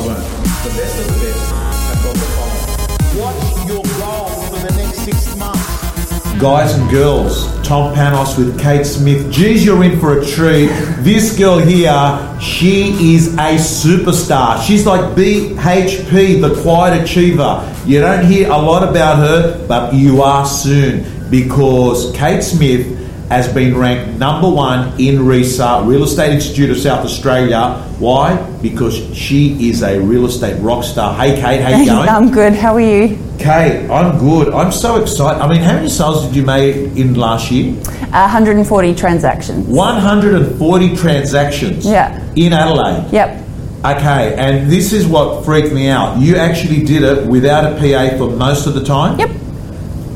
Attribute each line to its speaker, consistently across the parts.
Speaker 1: The best of the best have got the following. What's your goal for the next six months?
Speaker 2: Guys and girls, Tom Panos with Kate Smith. Geez, you're in for a treat. This girl here, she is a superstar. She's like BHP, the quiet achiever. You don't hear a lot about her, but you are soon because Kate Smith has been ranked number one in RESA, Real Estate Institute of South Australia. Why? Because she is a real estate rock star. Hey, Kate, how you going?
Speaker 3: I'm good. How are you?
Speaker 2: Kate, I'm good. I'm so excited. I mean, how many sales did you make in last year?
Speaker 3: Uh, 140 transactions.
Speaker 2: 140 transactions.
Speaker 3: Yeah.
Speaker 2: In Adelaide.
Speaker 3: Yep.
Speaker 2: Okay, and this is what freaked me out. You actually did it without a PA for most of the time.
Speaker 3: Yep.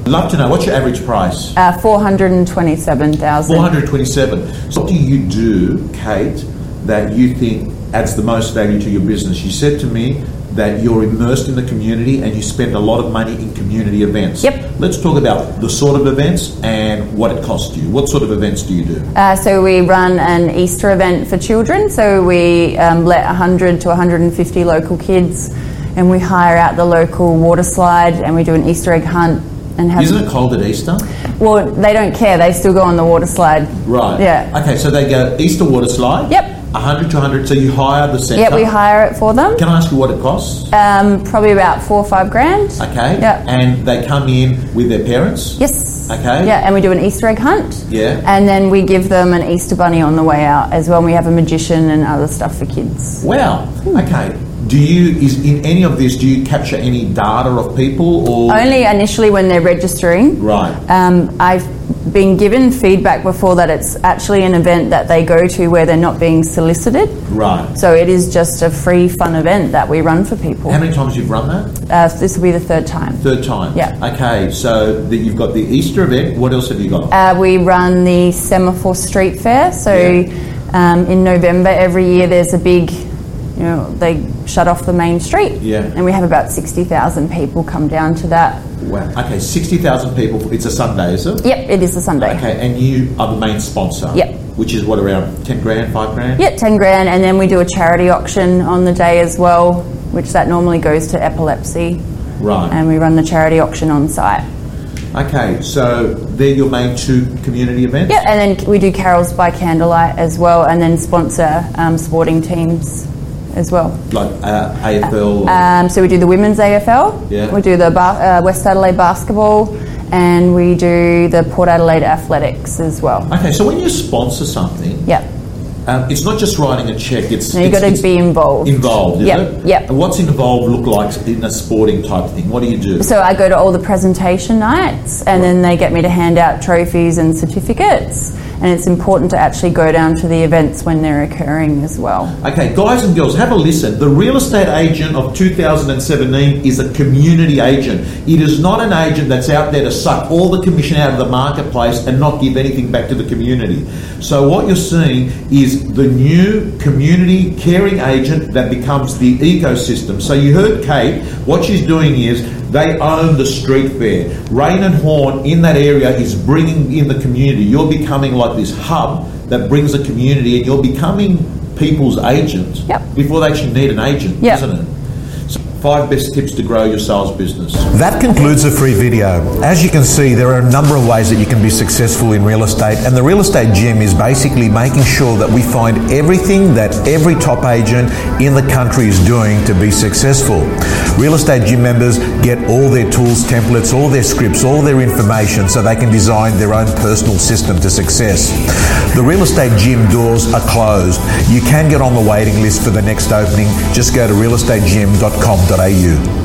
Speaker 2: Love to know what's your average price?
Speaker 3: Uh, Four hundred twenty-seven thousand.
Speaker 2: 427. So what do you do, Kate, that you think adds the most value to your business? You said to me that you're immersed in the community and you spend a lot of money in community events.
Speaker 3: Yep.
Speaker 2: Let's talk about the sort of events and what it costs you. What sort of events do you do?
Speaker 3: Uh, so we run an Easter event for children. So we um, let 100 to 150 local kids, and we hire out the local water slide, and we do an Easter egg hunt. And have
Speaker 2: Isn't it cold at Easter?
Speaker 3: Well, they don't care. They still go on the water slide.
Speaker 2: Right.
Speaker 3: Yeah.
Speaker 2: Okay, so they go Easter water slide.
Speaker 3: Yep.
Speaker 2: 100 to 100. So you hire the centre.
Speaker 3: Yeah, we hire it for them.
Speaker 2: Can I ask you what it costs?
Speaker 3: Um, probably about four or five grand.
Speaker 2: Okay.
Speaker 3: Yeah.
Speaker 2: And they come in with their parents.
Speaker 3: Yes.
Speaker 2: Okay.
Speaker 3: Yeah, and we do an Easter egg hunt.
Speaker 2: Yeah.
Speaker 3: And then we give them an Easter bunny on the way out as well. And we have a magician and other stuff for kids.
Speaker 2: Wow. Okay. Do you is in any of this? Do you capture any data of people or
Speaker 3: Only initially when they're registering.
Speaker 2: right?
Speaker 3: Um, I've been given feedback before that it's actually an event that they go to where they're not being solicited.
Speaker 2: Right.
Speaker 3: So it is just a free, fun event that we run for people.
Speaker 2: How many times you've run that?
Speaker 3: Uh, this will be the third time.
Speaker 2: Third time.
Speaker 3: Yeah.
Speaker 2: Okay. So that you've got the Easter event. What else have you got?
Speaker 3: Uh, we run the Semaphore Street Fair. So
Speaker 2: Yeah.
Speaker 3: um, in November every year, there's a big, you know, they shut off the main street.
Speaker 2: Yeah.
Speaker 3: And we have about 60,000 people come down to that.
Speaker 2: wow. Okay. Sixty thousand people. It's a Sunday, is it?
Speaker 3: Yep, it is a Sunday.
Speaker 2: Okay. And you are the main sponsor.
Speaker 3: Yep.
Speaker 2: Which is what around ten grand, five grand.
Speaker 3: Yeah, 10 grand. And then we do a charity auction on the day as well, which that normally goes to epilepsy.
Speaker 2: Right.
Speaker 3: And we run the charity auction on site.
Speaker 2: Okay, so they're your main two community events?
Speaker 3: Yeah, and then we do carols by candlelight as well, and then sponsor um, sporting teams as well.
Speaker 2: Like uh, AFL? or-
Speaker 3: Um, so we do the women's AFL,
Speaker 2: Yeah.
Speaker 3: we do the ba- uh, West Adelaide basketball, and we do the Port Adelaide athletics as well.
Speaker 2: okay, so when you sponsor something,
Speaker 3: Yeah,
Speaker 2: um, it's not just writing a check, it's.
Speaker 3: No, you
Speaker 2: it's-
Speaker 3: gotta
Speaker 2: it's
Speaker 3: be involved.
Speaker 2: Involved, is
Speaker 3: Yep,
Speaker 2: it?
Speaker 3: yep.
Speaker 2: And what's involved look like in a sporting type thing? What do you do?
Speaker 3: So I go to all the presentation nights, and then they get me to hand out trophies and certificates. And it's important to actually go down to the events when they're occurring as well.
Speaker 2: Okay, guys and girls, have a listen. The real estate agent of 2017 is a community agent. It is not an agent that's out there to suck all the commission out of the marketplace and not give anything back to the community. So, what you're seeing is the new community caring agent that becomes the ecosystem. So, you heard Kate, what she's doing is they own the street fair. Rain and Horn in that area is bringing in the community. You're becoming like this hub that brings the community, and you're becoming people's agent
Speaker 3: Yep.
Speaker 2: before they actually need an agent,
Speaker 3: Yep.
Speaker 2: isn't it? So five best tips to grow your sales business.
Speaker 4: That concludes the free video. As you can see, there are a number of ways that you can be successful in real estate, and the real estate gym is basically making sure that we find everything that every top agent in the country is doing to be successful. Real estate gym members get all their tools, templates, all their scripts, all their information so they can design their own personal system to success. The real estate gym doors are closed. You can get on the waiting list for the next opening. Just go to realestategym.com.au.